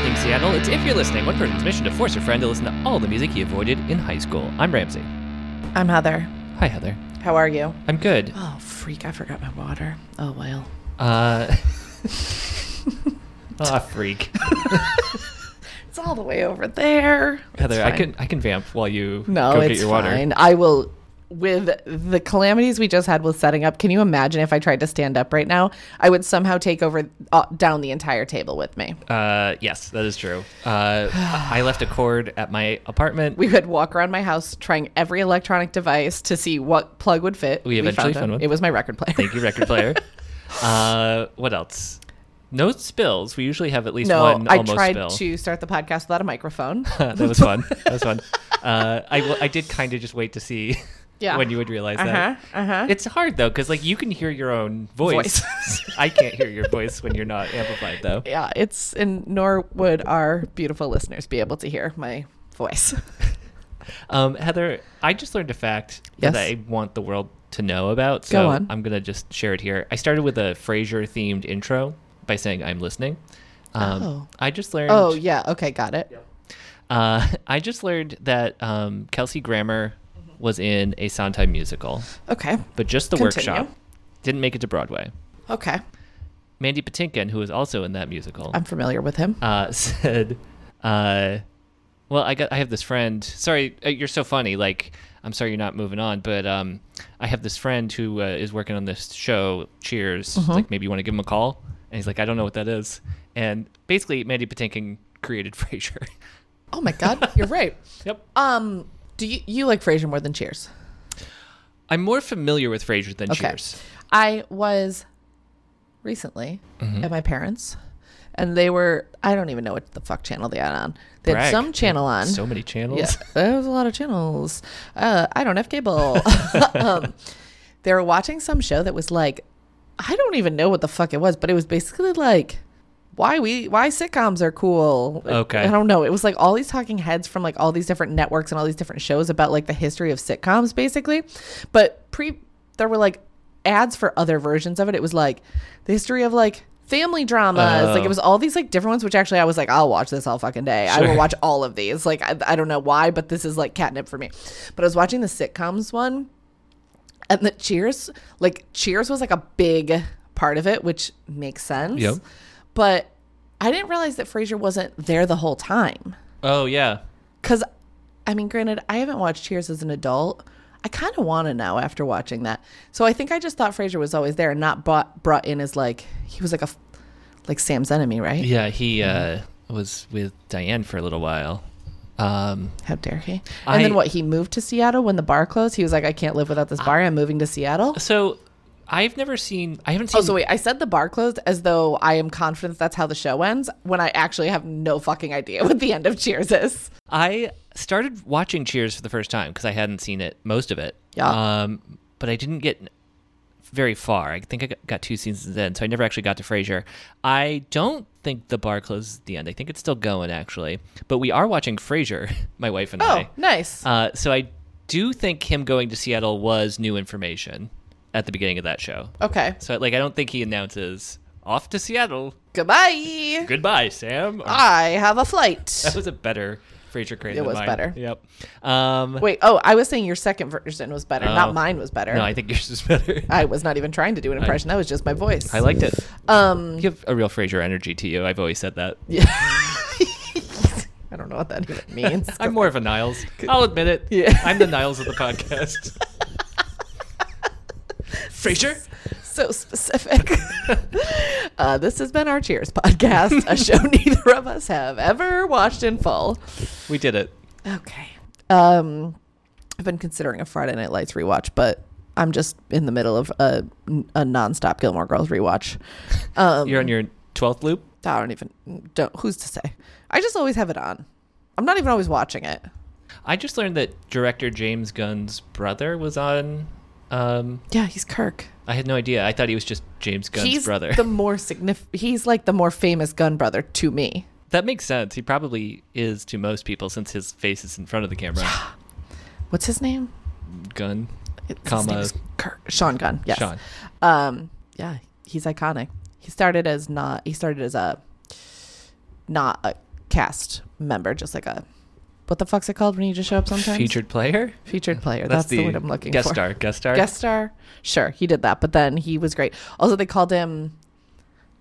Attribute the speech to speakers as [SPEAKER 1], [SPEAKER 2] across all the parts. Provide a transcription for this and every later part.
[SPEAKER 1] It's If You're Listening, one person's mission to force a friend to listen to all the music he avoided in high school. I'm Ramsey.
[SPEAKER 2] I'm Heather.
[SPEAKER 1] Hi, Heather.
[SPEAKER 2] How are you?
[SPEAKER 1] I'm good.
[SPEAKER 2] Oh, freak. I forgot my water. Oh, well.
[SPEAKER 1] Uh. Ah, freak.
[SPEAKER 2] It's all the way over there.
[SPEAKER 1] Heather,
[SPEAKER 2] It's
[SPEAKER 1] I
[SPEAKER 2] fine.
[SPEAKER 1] can I can vamp while you
[SPEAKER 2] No,
[SPEAKER 1] go
[SPEAKER 2] it's
[SPEAKER 1] get your
[SPEAKER 2] fine.
[SPEAKER 1] water.
[SPEAKER 2] I will. With the calamities we just had with setting up, can you imagine if I tried to stand up right now? I would somehow take over uh, down the entire table with me.
[SPEAKER 1] Uh, yes, that is true. Uh, I left a cord at my apartment.
[SPEAKER 2] We would walk around my house trying every electronic device to see what plug would fit.
[SPEAKER 1] We eventually
[SPEAKER 2] found
[SPEAKER 1] found
[SPEAKER 2] it.
[SPEAKER 1] one.
[SPEAKER 2] It was my record player.
[SPEAKER 1] Thank you, record player. uh, what else? No spills. We usually have at least
[SPEAKER 2] no,
[SPEAKER 1] one
[SPEAKER 2] I
[SPEAKER 1] almost
[SPEAKER 2] tried
[SPEAKER 1] spill.
[SPEAKER 2] to start the podcast without a microphone.
[SPEAKER 1] that was fun. That was fun. Uh, I w- I did kind of just wait to see
[SPEAKER 2] Yeah.
[SPEAKER 1] when you would realize that.
[SPEAKER 2] Uh-huh, uh-huh.
[SPEAKER 1] It's hard though, because like you can hear your own voice.
[SPEAKER 2] Voice.
[SPEAKER 1] I can't hear your voice when you're not amplified though.
[SPEAKER 2] yeah, it's and nor would our beautiful listeners be able to hear my voice.
[SPEAKER 1] Um, Heather, I just learned a fact
[SPEAKER 2] Yes.
[SPEAKER 1] that I want the world to know about. So
[SPEAKER 2] Go on.
[SPEAKER 1] I'm gonna just share it here. I started with a Frasier themed intro by saying I'm listening. Um,
[SPEAKER 2] Oh.
[SPEAKER 1] I just learned.
[SPEAKER 2] oh yeah, okay, got it.
[SPEAKER 1] Uh, I just learned that um, Kelsey Grammer
[SPEAKER 2] Mm-hmm.
[SPEAKER 1] was in a Sondheim musical,
[SPEAKER 2] Okay,
[SPEAKER 1] but just the
[SPEAKER 2] Continue.
[SPEAKER 1] workshop didn't make it to Broadway.
[SPEAKER 2] okay,
[SPEAKER 1] Mandy Patinkin, who was also in that musical,
[SPEAKER 2] I'm familiar with him.
[SPEAKER 1] uh, said, uh, "Well, I got I have this friend. Sorry, uh, you're so funny. Like, I'm sorry you're not moving on, but um, I have this friend who uh, is working on this show. Cheers.
[SPEAKER 2] Mm-hmm.
[SPEAKER 1] It's Like, maybe you want to give him a call." And he's like, "I don't know what that is." And basically, Mandy Patinkin created Frasier.
[SPEAKER 2] Oh my god, you're right.
[SPEAKER 1] yep.
[SPEAKER 2] Um, do you you like Frasier more than Cheers?
[SPEAKER 1] I'm more familiar with Frasier than
[SPEAKER 2] Okay.
[SPEAKER 1] Cheers.
[SPEAKER 2] I was recently at my parents, and they were I don't even know what the fuck channel they had on. They
[SPEAKER 1] Brag.
[SPEAKER 2] had some channel on.
[SPEAKER 1] So many channels.
[SPEAKER 2] Yeah, there was a lot of channels. Uh, I don't have cable. um, they were watching some show that was like, I don't even know what the fuck it was, but it was basically like why we why sitcoms are cool.
[SPEAKER 1] Okay.
[SPEAKER 2] I don't know. Oh, It was like all these talking heads from like all these different networks and all these different shows about like the history of sitcoms, basically. But pre, there were like ads for other versions of it. It was like the history of like. Family dramas, like
[SPEAKER 1] Oh.
[SPEAKER 2] it was all these like different ones. Which actually, I was like, I'll watch this all fucking day. I
[SPEAKER 1] Sure.
[SPEAKER 2] will watch all of these. Like, I, I don't know why, but this is like catnip for me. But I was watching the sitcoms one, and the Cheers, like Cheers was like a big part of it, which makes sense.
[SPEAKER 1] Yep.
[SPEAKER 2] But I didn't realize that Frasier wasn't there the whole time.
[SPEAKER 1] Oh yeah.
[SPEAKER 2] Cause I mean, granted, I haven't watched Cheers as an adult. I kind of want to know after watching that. So I think I just thought Frasier was always there and not brought, brought in as like, he was like a, f- like Sam's enemy, right?
[SPEAKER 1] Yeah, he
[SPEAKER 2] Mm-hmm.
[SPEAKER 1] uh, was with Diane for a little while. Um,
[SPEAKER 2] How dare he? And
[SPEAKER 1] I-
[SPEAKER 2] then what? He moved to Seattle when the bar closed. He was like, I can't live without this bar. I'm moving to Seattle.
[SPEAKER 1] so I've never seen. I haven't seen.
[SPEAKER 2] Oh, so wait, I said the bar closed as though I am confident that's how the show ends when I actually have no fucking idea what the end of Cheers is.
[SPEAKER 1] I started watching Cheers for the first time because I hadn't seen it most of it.
[SPEAKER 2] Yeah.
[SPEAKER 1] Um, but I didn't get very far. I think I got- got two seasons in, so I never actually got to Frasier. I don't think the bar closes at the end. I think it's still going actually. But we are watching Frasier, my wife and
[SPEAKER 2] Oh,
[SPEAKER 1] I.
[SPEAKER 2] nice.
[SPEAKER 1] Uh, so I do think him going to Seattle was new information at the beginning of that show.
[SPEAKER 2] Okay.
[SPEAKER 1] So like I don't think he announces off to Seattle.
[SPEAKER 2] Goodbye.
[SPEAKER 1] Goodbye, Sam. Or-
[SPEAKER 2] I have a flight.
[SPEAKER 1] That was a better Frasier Crane.
[SPEAKER 2] Ah, It
[SPEAKER 1] than
[SPEAKER 2] was
[SPEAKER 1] mine.
[SPEAKER 2] better.
[SPEAKER 1] Yep. Um,
[SPEAKER 2] Wait, oh, I was saying your second version was better,
[SPEAKER 1] Oh.
[SPEAKER 2] not mine was better.
[SPEAKER 1] No, I think yours is better. I,
[SPEAKER 2] I was not even trying to do an impression. that was just my voice.
[SPEAKER 1] liked it.
[SPEAKER 2] um
[SPEAKER 1] You have a real Frasier energy to you. I've always said that.
[SPEAKER 2] yeah. I don't know what that even means.
[SPEAKER 1] I'm more of a Niles. I'll admit it.
[SPEAKER 2] Yeah.
[SPEAKER 1] I'm the Niles of the podcast. Frasier?
[SPEAKER 2] so specific. uh, this has been our Cheers podcast, a show neither of us have ever watched in full.
[SPEAKER 1] We did it.
[SPEAKER 2] Okay. Um, I've been considering a Friday Night Lights rewatch, but I'm just in the middle of a, a nonstop Gilmore Girls rewatch. Um,
[SPEAKER 1] You're on your 12th loop?
[SPEAKER 2] I don't even don't. Who's to say? I just always have it on. I'm not even always watching it.
[SPEAKER 1] I just learned that director James Gunn's brother was on. Um,
[SPEAKER 2] Yeah, he's Kirk.
[SPEAKER 1] I had no idea. I thought he was just James Gunn's
[SPEAKER 2] he's
[SPEAKER 1] brother.
[SPEAKER 2] the more significant. He's like the more famous gun brother to me.
[SPEAKER 1] that makes sense. He probably is to most people since his face is in front of the camera.
[SPEAKER 2] What's his name?
[SPEAKER 1] Gunn,
[SPEAKER 2] It's,
[SPEAKER 1] Comma.
[SPEAKER 2] His name is Kirk. Sean Gunn. Yes.
[SPEAKER 1] Sean.
[SPEAKER 2] Um, yeah, he's iconic. He started as not. He started as a not a cast member, just like a what the fuck's it called when you just show up sometimes?
[SPEAKER 1] Featured player.
[SPEAKER 2] Featured player. That's, the, word I'm looking
[SPEAKER 1] guest
[SPEAKER 2] for.
[SPEAKER 1] star. Guest star.
[SPEAKER 2] Guest star. Sure, he did that, but then he was great. Also, they called him.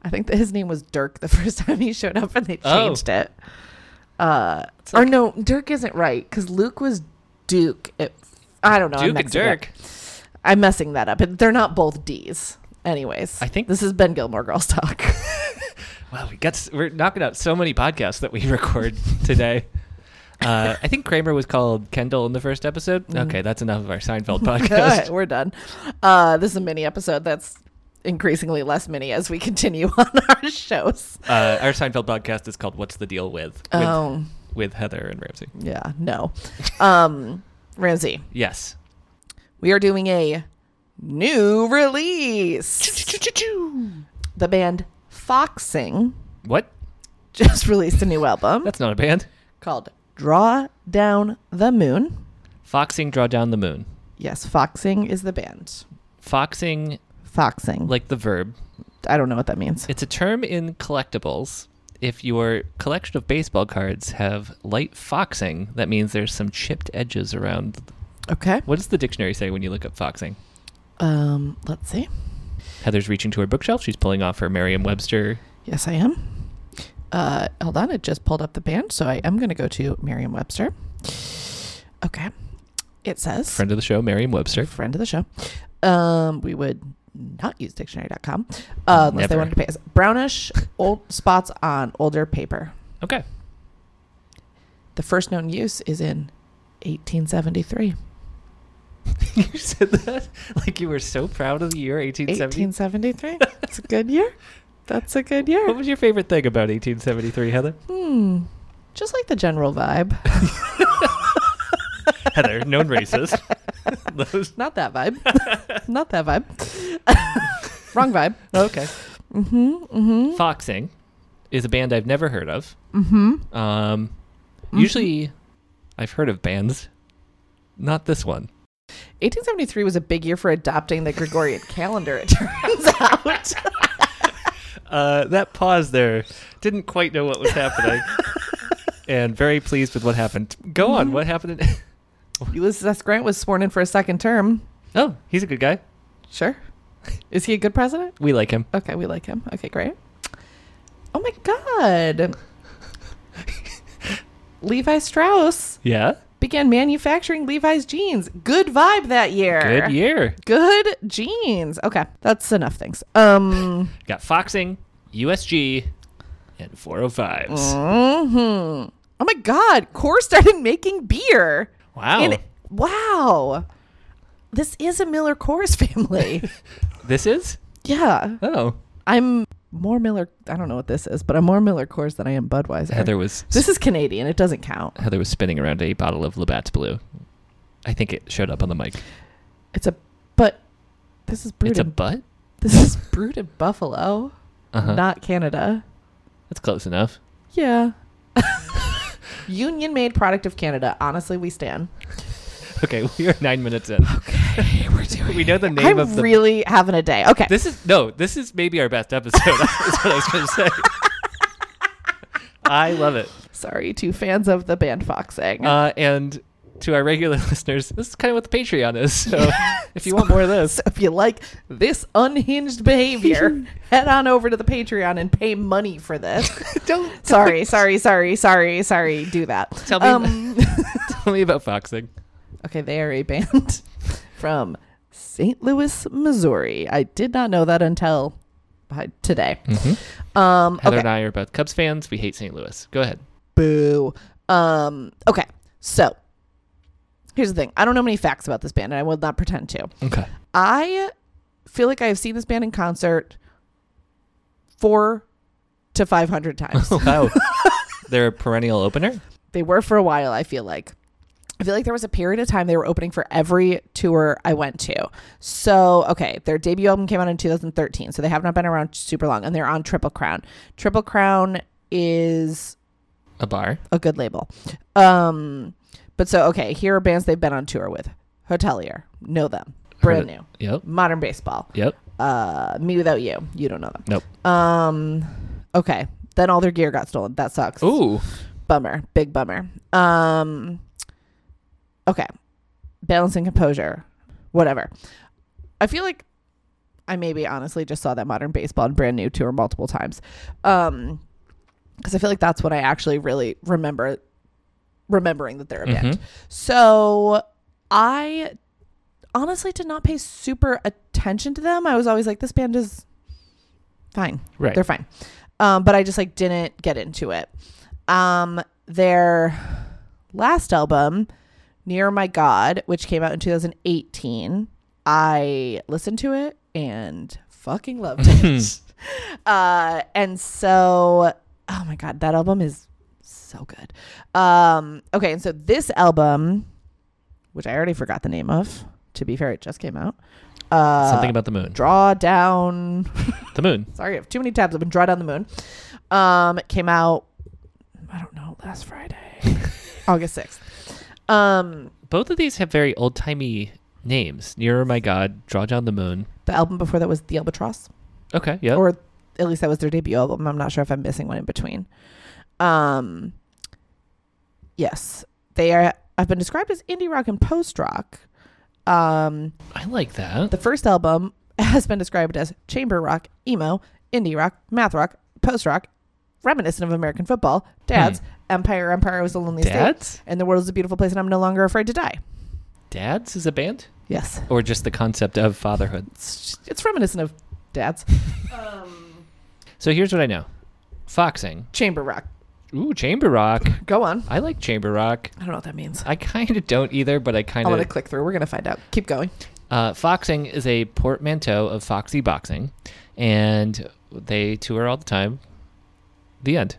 [SPEAKER 2] I think that his name was Dirk the first time he showed up, and they
[SPEAKER 1] Oh.
[SPEAKER 2] changed it. Uh,
[SPEAKER 1] like-
[SPEAKER 2] or no, Dirk isn't right because Luke was Duke. It, I don't know. I'm
[SPEAKER 1] Duke and
[SPEAKER 2] mixing it up.
[SPEAKER 1] Dirk.
[SPEAKER 2] I'm messing that up. They're not both D's. Anyways,
[SPEAKER 1] I think-
[SPEAKER 2] this has been Gilmore Girls talk.
[SPEAKER 1] Wow, we got s- we're knocking out so many podcasts that we record today. Uh, I think Kramer was called Kendall in the first episode.
[SPEAKER 2] Mm-hmm.
[SPEAKER 1] Okay, that's enough of our Seinfeld podcast.
[SPEAKER 2] Alright, we're done. Uh, this is a mini episode that's increasingly less mini as we continue on our shows.
[SPEAKER 1] uh, our Seinfeld podcast is called "What's the Deal with?" with,
[SPEAKER 2] Oh,
[SPEAKER 1] with Heather and Ramsey.
[SPEAKER 2] yeah, no. Um, Ramsey,
[SPEAKER 1] Yes.
[SPEAKER 2] we are doing a new release. The band Foxing
[SPEAKER 1] What?
[SPEAKER 2] just released a new album
[SPEAKER 1] That's not a band.
[SPEAKER 2] called Draw Down the Moon.
[SPEAKER 1] Foxing, draw down the moon.
[SPEAKER 2] Yes, Foxing is the band.
[SPEAKER 1] Foxing,
[SPEAKER 2] Foxing.
[SPEAKER 1] like the verb,
[SPEAKER 2] I don't know what that means.
[SPEAKER 1] It's a term in collectibles. If your collection of baseball cards have light foxing, that means there's some chipped edges around.
[SPEAKER 2] Okay.
[SPEAKER 1] What does the dictionary say when you look up foxing?
[SPEAKER 2] Um, let's see.
[SPEAKER 1] Heather's reaching to her bookshelf. She's pulling off her Merriam-Webster.
[SPEAKER 2] Yes, I am. Uh, hold on, it just pulled up the band, so I am going to go to Merriam-Webster. Okay, it says
[SPEAKER 1] Friend of the show, Merriam-Webster.
[SPEAKER 2] friend of the show. Um, we would not use dictionary.com uh, unless they
[SPEAKER 1] Never.
[SPEAKER 2] wanted to pay us. Brownish old spots on older paper.
[SPEAKER 1] Okay.
[SPEAKER 2] The first known use is in 1873.
[SPEAKER 1] you said that like you were so proud of the year 1870.
[SPEAKER 2] 1873. That's a good year. That's a
[SPEAKER 1] What
[SPEAKER 2] good year.
[SPEAKER 1] was your favorite thing about 1873, Heather?
[SPEAKER 2] Hmm. Just like the general vibe.
[SPEAKER 1] Heather, known racist. Those-
[SPEAKER 2] Not that vibe. Not that vibe. Wrong vibe.
[SPEAKER 1] okay.
[SPEAKER 2] Mm-hmm. Mm-hmm.
[SPEAKER 1] Foxing is a band I've never heard of.
[SPEAKER 2] Mm-hmm.
[SPEAKER 1] Um, Usually, I've heard of bands, not this one.
[SPEAKER 2] 1873 was a big year for adopting the Gregorian calendar, it turns out.
[SPEAKER 1] Uh, that pause there didn't quite know what was happening, and very pleased with what happened. Go on, what happened? In-
[SPEAKER 2] Ulysses S. Grant was sworn in for a second term.
[SPEAKER 1] oh, he's a good guy.
[SPEAKER 2] Sure. Is he a good president?
[SPEAKER 1] We like him.
[SPEAKER 2] Okay, we like him. Okay, great. Oh my God. Levi Strauss
[SPEAKER 1] Yeah,
[SPEAKER 2] began manufacturing Levi's jeans. Good vibe that year.
[SPEAKER 1] good year.
[SPEAKER 2] Good jeans. Okay, that's enough things. Um.
[SPEAKER 1] Got foxing, USG, and 405s.
[SPEAKER 2] Mm-hmm. Oh my God! Core started making beer.
[SPEAKER 1] Wow,
[SPEAKER 2] And- wow. This is a Miller Coors family.
[SPEAKER 1] this is
[SPEAKER 2] yeah,
[SPEAKER 1] oh
[SPEAKER 2] I'm more Miller. I don't know what this is, but I'm more Miller Coors than I am Budweiser.
[SPEAKER 1] Heather was
[SPEAKER 2] This is Canadian. It doesn't count.
[SPEAKER 1] Heather was spinning around a bottle of Labatt's Blue. I think it showed up on the mic.
[SPEAKER 2] It's a but. This is brewed.
[SPEAKER 1] It's a
[SPEAKER 2] in,
[SPEAKER 1] butt.
[SPEAKER 2] this is brewed in Buffalo,
[SPEAKER 1] Uh-huh.
[SPEAKER 2] not Canada.
[SPEAKER 1] That's close enough.
[SPEAKER 2] Yeah. Union made product of Canada. Honestly, we stand.
[SPEAKER 1] Okay, we are nine minutes in.
[SPEAKER 2] Okay, we're doing.
[SPEAKER 1] We know the name
[SPEAKER 2] I'm
[SPEAKER 1] of the.
[SPEAKER 2] really having a day. Okay.
[SPEAKER 1] this is no. This is maybe our best episode. That's what I was going to say. I love it.
[SPEAKER 2] Sorry to fans of the band Foxing.
[SPEAKER 1] Uh, and to our regular listeners, this is kind of what the Patreon is. So if you want more of this,
[SPEAKER 2] So if you like this unhinged behavior, head on over to the Patreon and pay money for this.
[SPEAKER 1] don't
[SPEAKER 2] sorry, sorry, sorry, sorry, sorry. Do that. Um,
[SPEAKER 1] Tell me- tell me about foxing.
[SPEAKER 2] okay, they are a band from St. Louis, Missouri. I did not know that until uh, today.
[SPEAKER 1] Mm-hmm.
[SPEAKER 2] Um,
[SPEAKER 1] Heather
[SPEAKER 2] okay.
[SPEAKER 1] and I are both Cubs fans. We hate St. Louis. Go ahead.
[SPEAKER 2] Boo. Um, okay, so here's the thing. I don't know many facts about this band, and I will not pretend to.
[SPEAKER 1] Okay.
[SPEAKER 2] I feel like I have seen this band in concert four to five hundred times.
[SPEAKER 1] Wow. They're a perennial opener.
[SPEAKER 2] they were for a while. I feel like. I feel like there was a period of time they were opening for every tour I went to. So, okay, their debut album came out in 2013. So they have not been around super long and they're on Triple Crown. Triple Crown is
[SPEAKER 1] A bar.
[SPEAKER 2] a good label. Um, but so, okay, here are bands they've been on tour with Hotelier, know them, brand
[SPEAKER 1] Heard
[SPEAKER 2] new,
[SPEAKER 1] Yep.
[SPEAKER 2] Modern Baseball,
[SPEAKER 1] Yep.
[SPEAKER 2] uh, Me Without You, you don't know them.
[SPEAKER 1] Nope.
[SPEAKER 2] Um, okay. Then all their gear got stolen. That sucks.
[SPEAKER 1] Ooh.
[SPEAKER 2] Bummer. Big bummer. Um Okay. Balance and composure. Whatever. I feel like I maybe honestly just saw that modern baseball and brand new tour multiple times. Um because I feel like that's when I actually really remember remembering that they're a band.
[SPEAKER 1] Mhm.
[SPEAKER 2] So I honestly did not pay super attention to them. I was always like, this band is fine.
[SPEAKER 1] Right.
[SPEAKER 2] They're fine. Um, but I just like didn't get into it. Um, their last album, Near My God, which came out in 2018, I listened to it and fucking loved it. uh, and so, oh my God, that album is so good. Um, okay, and so this album, which I already forgot the name of, to be fair, it just came out. Uh,
[SPEAKER 1] Something about the moon.
[SPEAKER 2] Draw Down
[SPEAKER 1] the moon.
[SPEAKER 2] Sorry, I have too many tabs open. Draw Down the Moon. Um, it came out, I don't know, last Friday, August 6th. Um,
[SPEAKER 1] Both of these have very old timey names. Nearer My God, Draw Down the Moon.
[SPEAKER 2] the album before that was The Albatross,
[SPEAKER 1] Okay, yeah.
[SPEAKER 2] or at least that was their debut album. I'm not sure if I'm missing one in between. Um, yes, they are. I've been described as indie rock and post rock. Um,
[SPEAKER 1] I like that.
[SPEAKER 2] The first album has been described as chamber rock, emo, indie rock, math rock, post rock, reminiscent of American football, dads, empire, empire was the loneliest state,
[SPEAKER 1] Dads?
[SPEAKER 2] and the world is a beautiful place, and I'm no longer afraid to die.
[SPEAKER 1] Dads is a band?
[SPEAKER 2] Yes,
[SPEAKER 1] Or just the concept of fatherhood?
[SPEAKER 2] it's, it's reminiscent of dads.
[SPEAKER 1] So here's what I know Foxing.
[SPEAKER 2] chamber rock.
[SPEAKER 1] Ooh, chamber rock.
[SPEAKER 2] Go on.
[SPEAKER 1] I like chamber rock.
[SPEAKER 2] I don't know what that means.
[SPEAKER 1] I kind of don't either, but I
[SPEAKER 2] I'm
[SPEAKER 1] kind
[SPEAKER 2] gonna
[SPEAKER 1] of.
[SPEAKER 2] click through. We're gonna find out. Keep going.
[SPEAKER 1] Uh, foxing is a portmanteau of foxy boxing, and they tour all the time. The end.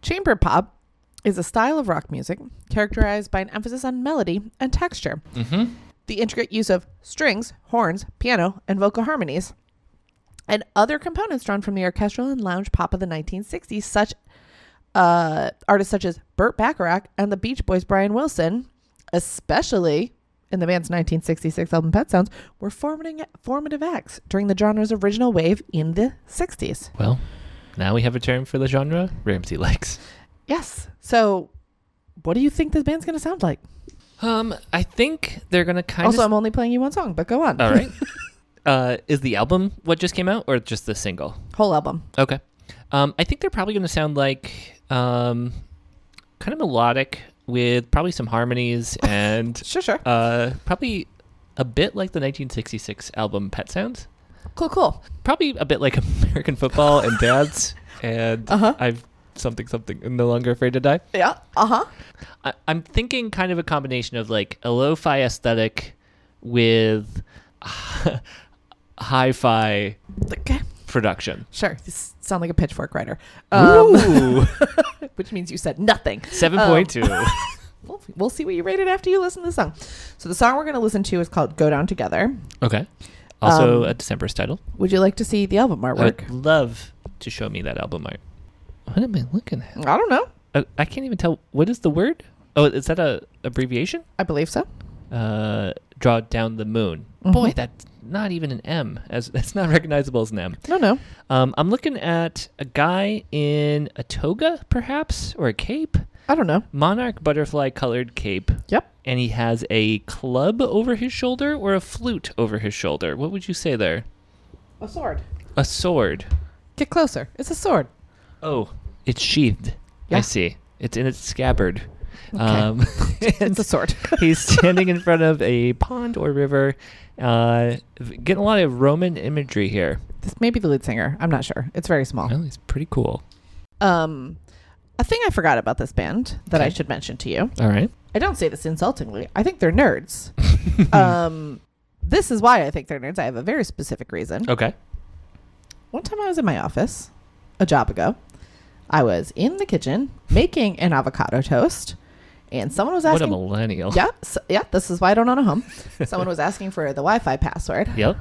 [SPEAKER 2] Chamber pop is a style of rock music characterized by an emphasis on melody and texture.
[SPEAKER 1] Mm-hmm.
[SPEAKER 2] the intricate use of strings, horns, piano, and vocal harmonies, and other components drawn from the orchestral and lounge pop of the 1960s, such uh, artists such as Burt Bacharach and the Beach Boys' Brian Wilson, especially in the band's 1966 album Pet Sounds, were formating, formative acts during the genre's original wave in the 60s.
[SPEAKER 1] Well, now we have a term for the genre Ramsey likes.
[SPEAKER 2] Yes. So, what do you think this band's going to sound like?
[SPEAKER 1] Um, I think they're gonna kind
[SPEAKER 2] also,
[SPEAKER 1] of.
[SPEAKER 2] I'm only playing you one song, but go on.
[SPEAKER 1] all right. Uh, is the album what just came out, or just the single?
[SPEAKER 2] Whole album.
[SPEAKER 1] Okay. Um, I think they're probably gonna sound like um, kind of melodic with probably some harmonies and
[SPEAKER 2] Sure, sure.
[SPEAKER 1] uh, probably a bit like the 1966 album Pet Sounds.
[SPEAKER 2] Cool, cool.
[SPEAKER 1] probably a bit like American football and dads and
[SPEAKER 2] Uh-huh.
[SPEAKER 1] I've something something and no longer afraid to die.
[SPEAKER 2] Yeah. Uh huh.
[SPEAKER 1] I, I'm thinking kind of a combination of like a lo-fi aesthetic with hi-fi
[SPEAKER 2] Okay.
[SPEAKER 1] production.
[SPEAKER 2] Sure. You s- sound like a pitchfork writer. Um,
[SPEAKER 1] Ooh,
[SPEAKER 2] which means you said nothing.
[SPEAKER 1] seven point two.
[SPEAKER 2] We'll, we'll see what you rated after you listen to the song. So the song we're going to listen to is called Go Down Together.
[SPEAKER 1] Okay. Also
[SPEAKER 2] Um,
[SPEAKER 1] a December's title.
[SPEAKER 2] Would you like to see the album
[SPEAKER 1] I
[SPEAKER 2] artwork?
[SPEAKER 1] would love to show me that album art. What am I looking at?
[SPEAKER 2] I don't know.
[SPEAKER 1] Oh, I can't even tell. What is the word? Oh, is that a abbreviation?
[SPEAKER 2] I believe so.
[SPEAKER 1] uh, draw down the moon. Boy, that's not even an M. As that's not recognizable as an M.
[SPEAKER 2] No, no.
[SPEAKER 1] Um, I'm looking at a guy in a toga, perhaps, or a cape,
[SPEAKER 2] I don't know.
[SPEAKER 1] monarch butterfly colored cape,
[SPEAKER 2] Yep.
[SPEAKER 1] and he has a club over his shoulder or a flute over his shoulder. What would you say there?
[SPEAKER 2] A sword.
[SPEAKER 1] A sword.
[SPEAKER 2] Get closer. It's a sword.
[SPEAKER 1] Oh, it's sheathed.
[SPEAKER 2] Yeah.
[SPEAKER 1] I see. It's in its scabbard.
[SPEAKER 2] Okay.
[SPEAKER 1] Um,
[SPEAKER 2] It's a sword.
[SPEAKER 1] He's standing in front of a pond or river. Uh, getting a lot of Roman imagery here.
[SPEAKER 2] this may be the lead singer. I'm not sure. It's very small.
[SPEAKER 1] Well, it's pretty cool.
[SPEAKER 2] Um, a thing I forgot about this band that I
[SPEAKER 1] Okay.
[SPEAKER 2] should mention to you.
[SPEAKER 1] All right.
[SPEAKER 2] I don't say this insultingly. I think they're nerds. um, this is why I think they're nerds. I have a very specific reason.
[SPEAKER 1] Okay.
[SPEAKER 2] One time I was in my office a job ago. I was in the kitchen making an avocado toast, and someone was
[SPEAKER 1] What a
[SPEAKER 2] asking.
[SPEAKER 1] millennial.
[SPEAKER 2] yeah, s yeah. This is why I don't own a home. someone was asking for the Wi-Fi password,
[SPEAKER 1] Yep.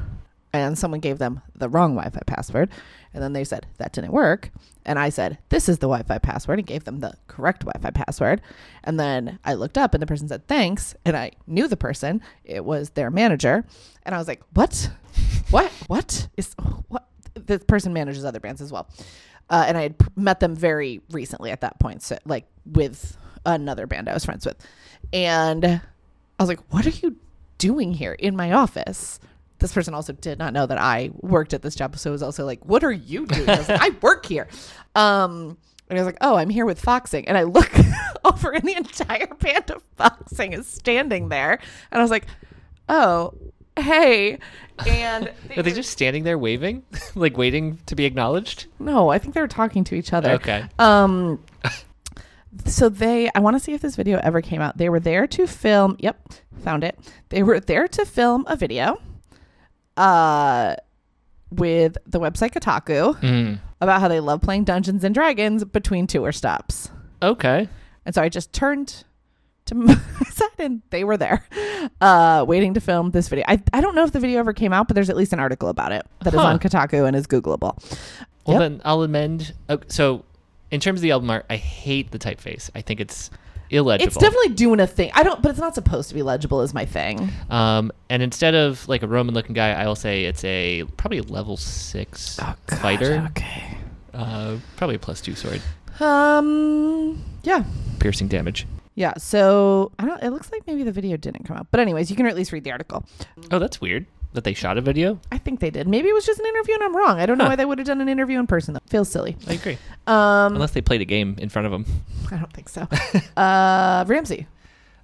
[SPEAKER 2] and someone gave them the wrong Wi-Fi password, and then they said that didn't work, and I said this is the Wi-Fi password, and gave them the correct Wi-Fi password, and then I looked up, and the person said thanks, and I knew the person. It was their manager, and I was like, what? what what is what this person manages other bands as well uh, and I had p- met them very recently at that point, so like with another band I was friends with, and I was like, "What are you doing here in my office?" This person also did not know that I worked at this job, so it was also like, "What are you doing?" I, was like, I work here. Um, and I was like, "Oh, I'm here with Foxing," and I look over, and the entire band of Foxing is standing there, and I was like, "Oh." Hey, and
[SPEAKER 1] Are they just standing there waving, like waiting to be acknowledged?
[SPEAKER 2] no, I think they were talking to each other.
[SPEAKER 1] Okay.
[SPEAKER 2] Um, so they, I want to see if this video ever came out. They were there to film. Yep, found it. They were there to film a video, uh, with the website Kotaku
[SPEAKER 1] Mm.
[SPEAKER 2] about how they love playing Dungeons and Dragons between tour stops.
[SPEAKER 1] Okay.
[SPEAKER 2] And so I just turned to my side, and they were there, uh, waiting to film this video. I I don't know if the video ever came out, but there's at least an article about it that is
[SPEAKER 1] Huh.
[SPEAKER 2] on Kotaku and is Googleable.
[SPEAKER 1] Well,
[SPEAKER 2] Yep.
[SPEAKER 1] then I'll amend. Okay, so, in terms of the album art, I hate the typeface. I think it's illegible.
[SPEAKER 2] It's definitely doing a thing. I don't, but it's not supposed to be legible. Is my thing.
[SPEAKER 1] Um, and instead of like a Roman-looking guy, I will say it's a probably a level six fighter,
[SPEAKER 2] Okay.
[SPEAKER 1] uh, probably a plus two sword,
[SPEAKER 2] Um. Yeah.
[SPEAKER 1] piercing damage.
[SPEAKER 2] Yeah. So I don't. It looks like maybe the video didn't come out, but anyways, you can at least read the article.
[SPEAKER 1] Oh, that's weird that they shot a video.
[SPEAKER 2] I think they did. Maybe it was just an interview, and I'm wrong. I don't know
[SPEAKER 1] Huh.
[SPEAKER 2] why they would have done an interview in person. though. Feels silly.
[SPEAKER 1] I agree.
[SPEAKER 2] Um.
[SPEAKER 1] Unless they played a game in front of them.
[SPEAKER 2] I don't think so. uh, Ramsey,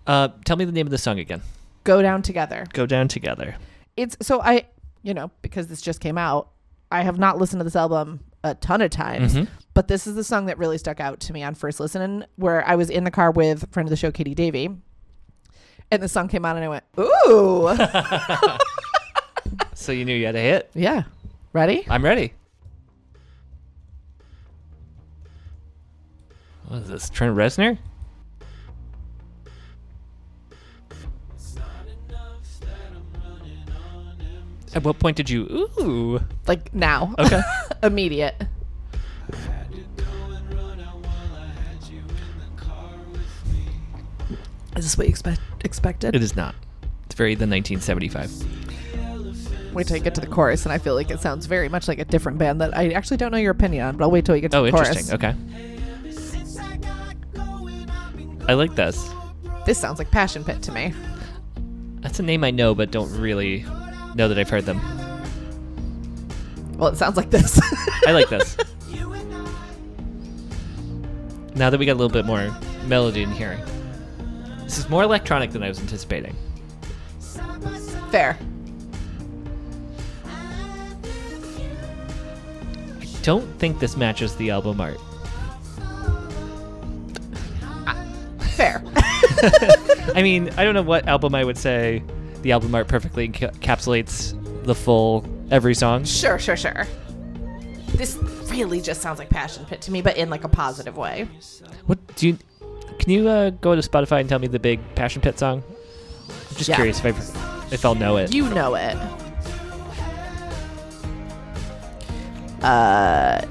[SPEAKER 1] Uh, tell me the name of the song again.
[SPEAKER 2] go down together.
[SPEAKER 1] Go down together.
[SPEAKER 2] It's so I, you know, because this just came out. I have not listened to this album a ton of times.
[SPEAKER 1] Mhm.
[SPEAKER 2] But this is the song that really stuck out to me on first listen, where I was in the car with friend of the show, Katie Davey, and the song came on, and I went, "Ooh,
[SPEAKER 1] So you knew you had a hit.
[SPEAKER 2] yeah, ready?"
[SPEAKER 1] I'm ready. What is this, Trent Reznor? At what point did you? Ooh.
[SPEAKER 2] Like now,
[SPEAKER 1] Okay.
[SPEAKER 2] immediate. Is this what you expect, expected?
[SPEAKER 1] it is not. It's very the 1975.
[SPEAKER 2] Wait till I get to the chorus, and I feel like it sounds very much like a different band that I actually don't know your opinion on. But I'll wait till you get to
[SPEAKER 1] Oh,
[SPEAKER 2] the chorus.
[SPEAKER 1] interesting. Okay. I like this.
[SPEAKER 2] This sounds like Passion Pit to me.
[SPEAKER 1] That's a name I know, but don't really know that I've heard them.
[SPEAKER 2] Well, it sounds like this.
[SPEAKER 1] I like this. Now that we got a little bit more melody in here, this is more electronic than I was anticipating.
[SPEAKER 2] Fair.
[SPEAKER 1] I don't think this matches the album art.
[SPEAKER 2] Fair.
[SPEAKER 1] I mean, I don't know what album I would say the album art perfectly enca- encapsulates the full every song.
[SPEAKER 2] Sure, sure, sure. This really just sounds like Passion Pit to me, but in like a positive way.
[SPEAKER 1] What do you? Can you uh, go to Spotify and tell me the big Passion Pit song? I'm just
[SPEAKER 2] Yeah.
[SPEAKER 1] curious if I if I'll know it.
[SPEAKER 2] You know it. Uh,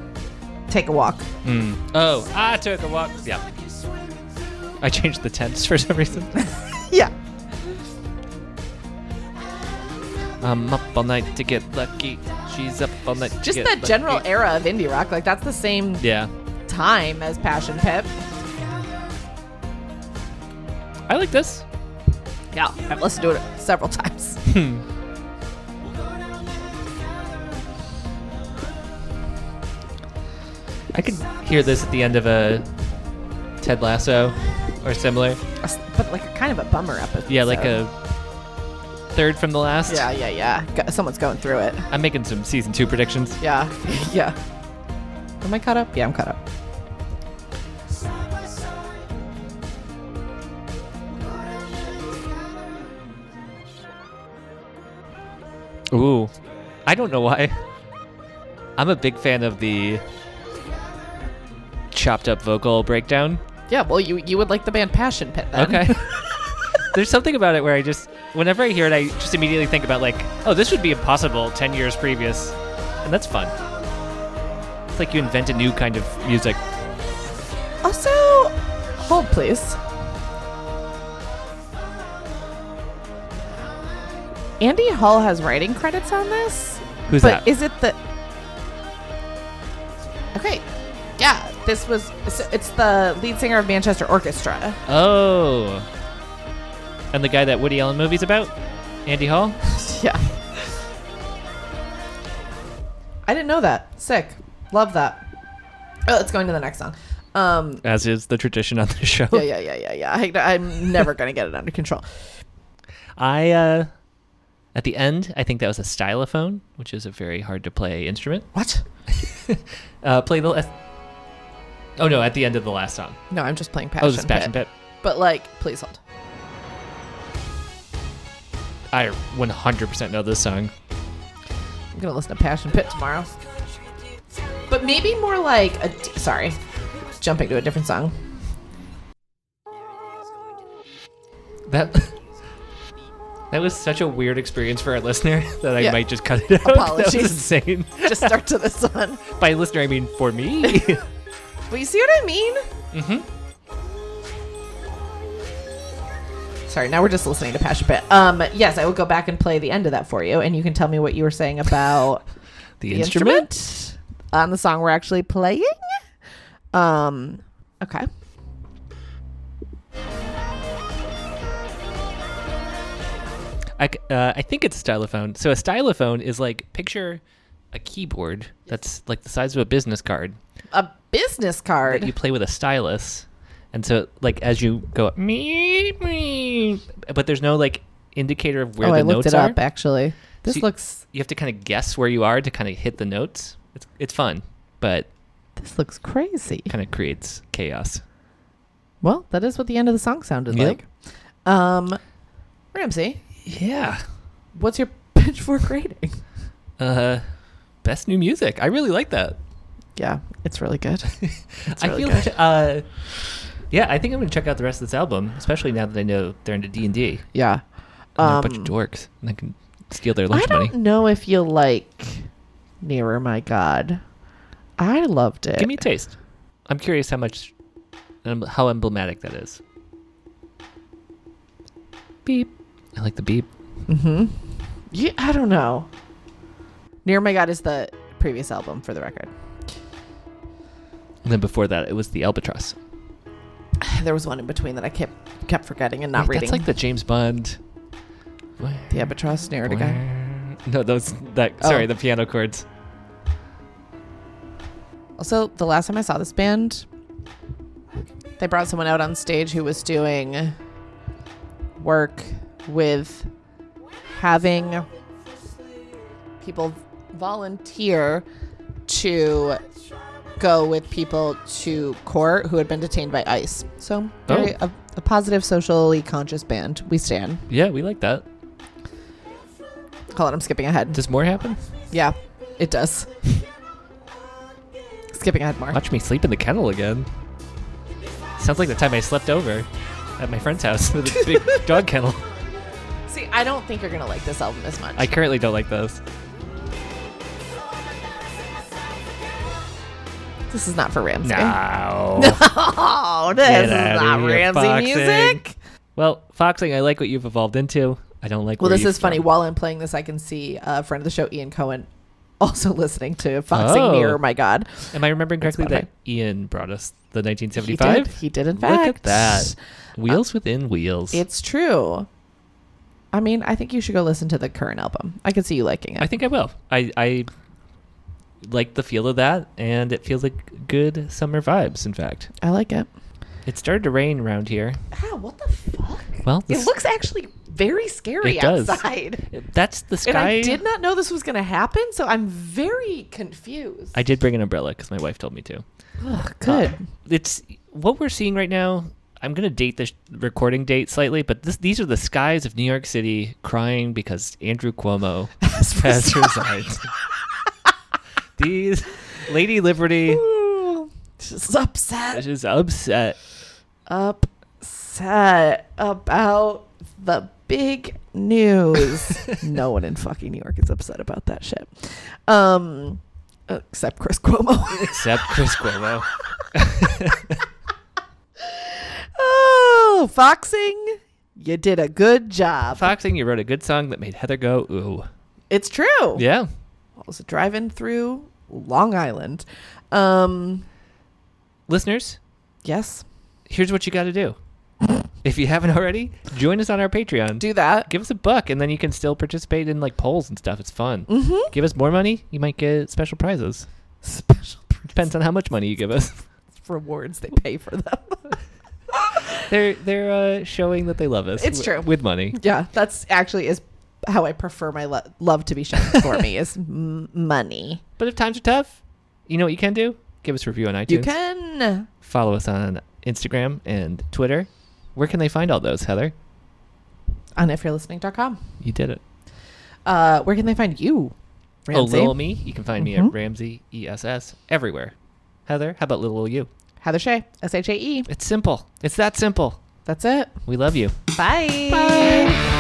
[SPEAKER 2] take a walk.
[SPEAKER 1] Mm. Oh, I took a walk. Yeah. I changed the tense for some reason.
[SPEAKER 2] Yeah.
[SPEAKER 1] I'm up all night to get lucky. She's up all night. To
[SPEAKER 2] Just
[SPEAKER 1] get
[SPEAKER 2] that
[SPEAKER 1] lucky.
[SPEAKER 2] general era of indie rock, like that's the same
[SPEAKER 1] Yeah,
[SPEAKER 2] time as Passion Pit.
[SPEAKER 1] I like this.
[SPEAKER 2] Yeah, I've listened to it several times.
[SPEAKER 1] I could hear this at the end of a Ted Lasso or similar.
[SPEAKER 2] But like kind of a bummer episode.
[SPEAKER 1] Yeah, like a third from the last.
[SPEAKER 2] Yeah, yeah, yeah. Go- Someone's going through it.
[SPEAKER 1] I'm making some season two predictions.
[SPEAKER 2] Yeah, yeah. Am I caught up? Yeah, I'm caught up.
[SPEAKER 1] Ooh, I don't know why. I'm a big fan of the chopped up vocal breakdown.
[SPEAKER 2] Yeah, well, you you would like the band Passion Pit then.
[SPEAKER 1] Okay. There's something about it where I just, whenever I hear it, I just immediately think about like, oh, this would be impossible ten years previous, and that's fun. It's like you invent a new kind of music.
[SPEAKER 2] Also, hold please. Andy Hall has writing credits on this.
[SPEAKER 1] Who's
[SPEAKER 2] but
[SPEAKER 1] that?
[SPEAKER 2] is it the Okay, Yeah, this was so it's the lead singer of Manchester Orchestra.
[SPEAKER 1] Oh. And the guy that Woody Allen movie's about? Andy Hall?
[SPEAKER 2] yeah. I didn't know that. Sick. Love that. Oh, let's go into the next song. Um,
[SPEAKER 1] As is the tradition on the show.
[SPEAKER 2] yeah, yeah, yeah, yeah, yeah. I, I'm never gonna get it under control.
[SPEAKER 1] I uh at the end, I think that was a stylophone, which is a very hard to play instrument.
[SPEAKER 2] What?
[SPEAKER 1] Uh play the last Oh no, at the end of the last song.
[SPEAKER 2] No, I'm just playing passion.
[SPEAKER 1] Oh, this is Passion Pit.
[SPEAKER 2] But like, please hold.
[SPEAKER 1] I 100% know this song.
[SPEAKER 2] I'm gonna listen to Passion Pit tomorrow. But maybe more like a. d- Sorry, jumping to a different song.
[SPEAKER 1] That That was such a weird experience for our listener that I
[SPEAKER 2] Yeah.
[SPEAKER 1] might just cut it out. That
[SPEAKER 2] Apologies.
[SPEAKER 1] was insane.
[SPEAKER 2] Just start to this one.
[SPEAKER 1] By listener, I mean for me.
[SPEAKER 2] But you see what I mean?
[SPEAKER 1] Mhm.
[SPEAKER 2] Sorry, now we're just listening to Passion Pit. Um, yes, I will go back and play the end of that for you, and you can tell me what you were saying about
[SPEAKER 1] the
[SPEAKER 2] the instrument on the song we're actually playing. Um, okay.
[SPEAKER 1] I, c- uh, I think it's a stylophone. So a stylophone is like picture a keyboard that's like the size of a business card
[SPEAKER 2] A business card.
[SPEAKER 1] that you play with a stylus, and so like as you go me me, but there's no like indicator of where
[SPEAKER 2] oh,
[SPEAKER 1] the
[SPEAKER 2] I looked
[SPEAKER 1] notes
[SPEAKER 2] it up
[SPEAKER 1] are.
[SPEAKER 2] actually. This
[SPEAKER 1] See-
[SPEAKER 2] looks
[SPEAKER 1] You have to kind of guess where you are to kind of hit the notes. It's it's fun, but
[SPEAKER 2] this looks crazy.
[SPEAKER 1] kind of creates chaos.
[SPEAKER 2] Well, that is what the end of the song sounded
[SPEAKER 1] Yep.
[SPEAKER 2] like. Um, Ramsey,
[SPEAKER 1] Yeah.
[SPEAKER 2] what's your pitchfork rating?
[SPEAKER 1] Uh, best new music. I really like that.
[SPEAKER 2] Yeah, it's really good.
[SPEAKER 1] I
[SPEAKER 2] really
[SPEAKER 1] feel
[SPEAKER 2] good.
[SPEAKER 1] like, uh, yeah, I think I'm gonna check out the rest of this album, especially now that I know they're into D and D.
[SPEAKER 2] Yeah.
[SPEAKER 1] I'm a bunch of
[SPEAKER 2] Um,
[SPEAKER 1] dorks, and I can steal their
[SPEAKER 2] I
[SPEAKER 1] lunch
[SPEAKER 2] don't
[SPEAKER 1] money.
[SPEAKER 2] know if you like Nearer My God. I loved it.
[SPEAKER 1] Give me a taste. I'm curious how much, um, how emblematic that is. Beep. I like the beep.
[SPEAKER 2] Mm-hmm. Yeah, I don't know. Near My God is the previous album for the record.
[SPEAKER 1] And then before that, it was the albatross.
[SPEAKER 2] There was one in between that I kept kept forgetting and not
[SPEAKER 1] Wait,
[SPEAKER 2] reading.
[SPEAKER 1] That's like the James Bond. Where-
[SPEAKER 2] the albatross near to guy.
[SPEAKER 1] where- No, those that.
[SPEAKER 2] Oh.
[SPEAKER 1] Sorry, the piano chords.
[SPEAKER 2] Also, the last time I saw this band, they brought someone out on stage who was doing work with having people volunteer to go with people to court who had been detained by ICE. So, very, a, a positive, socially conscious band. We stand.
[SPEAKER 1] Yeah, we like that.
[SPEAKER 2] Hold on, I'm skipping ahead.
[SPEAKER 1] Does more happen?
[SPEAKER 2] Yeah, it does. skipping ahead more.
[SPEAKER 1] Watch me sleep in the kennel again. Sounds like the time I slept over at my friend's house with a big dog kennel.
[SPEAKER 2] See, I don't think you're gonna like this album as much.
[SPEAKER 1] I currently don't like those.
[SPEAKER 2] This is not for Ramsey.
[SPEAKER 1] No.
[SPEAKER 2] Oh, this
[SPEAKER 1] Get
[SPEAKER 2] is
[SPEAKER 1] outta
[SPEAKER 2] not
[SPEAKER 1] here,
[SPEAKER 2] Ramsey
[SPEAKER 1] Foxing.
[SPEAKER 2] music.
[SPEAKER 1] well, foxing, I like what you've evolved into. I don't like.
[SPEAKER 2] Well,
[SPEAKER 1] where
[SPEAKER 2] this
[SPEAKER 1] you've
[SPEAKER 2] is funny.
[SPEAKER 1] gone.
[SPEAKER 2] While I'm playing this, I can see a friend of the show, Ian Cohen, also listening to Foxing
[SPEAKER 1] Oh.
[SPEAKER 2] Mirror. My God,
[SPEAKER 1] Am I remembering correctly that
[SPEAKER 2] Spotify.
[SPEAKER 1] Ian brought us the
[SPEAKER 2] he did.
[SPEAKER 1] 1975?
[SPEAKER 2] He did, in
[SPEAKER 1] Look
[SPEAKER 2] fact. Uh,
[SPEAKER 1] at that. Wheels within wheels.
[SPEAKER 2] It's true. I mean, I think you should go listen to the current album. I could see you liking it.
[SPEAKER 1] I think I will. I I like the feel of that, and it feels like good summer vibes. In fact,
[SPEAKER 2] I like it.
[SPEAKER 1] it started to rain around here.
[SPEAKER 2] Ah, what the fuck?
[SPEAKER 1] Well,
[SPEAKER 2] it
[SPEAKER 1] this-
[SPEAKER 2] looks actually very scary
[SPEAKER 1] It does.
[SPEAKER 2] outside.
[SPEAKER 1] That's the sky.
[SPEAKER 2] And I did not know this was going to happen, so I'm very confused.
[SPEAKER 1] I did bring an umbrella because my wife told me to.
[SPEAKER 2] Ugh, good.
[SPEAKER 1] Uh, it's what we're seeing right now. I'm gonna date the sh- recording date slightly, but this, these are the skies of New York City crying because Andrew Cuomo has resigned. these Lady Liberty
[SPEAKER 2] Ooh, Just upset.
[SPEAKER 1] is upset.
[SPEAKER 2] Upset about the big news. no one in fucking New York is upset about that shit. Um except Chris Cuomo.
[SPEAKER 1] Except Chris Cuomo.
[SPEAKER 2] oh, Foxing, you did a good job.
[SPEAKER 1] Foxing, you wrote a good song that made Heather go ooh.
[SPEAKER 2] It's true.
[SPEAKER 1] Yeah,
[SPEAKER 2] I was driving through Long Island. Um
[SPEAKER 1] listeners,
[SPEAKER 2] Yes.
[SPEAKER 1] here's what you got to do. if you haven't already, join us on our Patreon.
[SPEAKER 2] Do that.
[SPEAKER 1] Give us a buck, and then you can still participate in like polls and stuff. It's fun.
[SPEAKER 2] Mm-hmm.
[SPEAKER 1] Give us more money, you might get special prizes.
[SPEAKER 2] Special
[SPEAKER 1] Depends on how much money you give us.
[SPEAKER 2] rewards they pay for them.
[SPEAKER 1] they're they're uh, showing that they love us.
[SPEAKER 2] It's
[SPEAKER 1] wi-
[SPEAKER 2] true.
[SPEAKER 1] with money.
[SPEAKER 2] yeah, that's actually is how I prefer my lo- love to be shown for me is m- money.
[SPEAKER 1] But if times are tough, you know what you can do? Give us a review on iTunes.
[SPEAKER 2] You can.
[SPEAKER 1] Follow us on Instagram and Twitter. Where can they find all those, Heather?
[SPEAKER 2] on ifyou'relistening.com.
[SPEAKER 1] You did it.
[SPEAKER 2] Uh, where can they find you, Ramsey?
[SPEAKER 1] Oh, little me. You can find me at
[SPEAKER 2] Mhm.
[SPEAKER 1] Ramsey ESS everywhere. Heather, how about little ol' you?
[SPEAKER 2] Heather Shea, S H A E.
[SPEAKER 1] It's simple. It's that simple.
[SPEAKER 2] That's it.
[SPEAKER 1] We love you.
[SPEAKER 2] Bye.
[SPEAKER 1] Bye.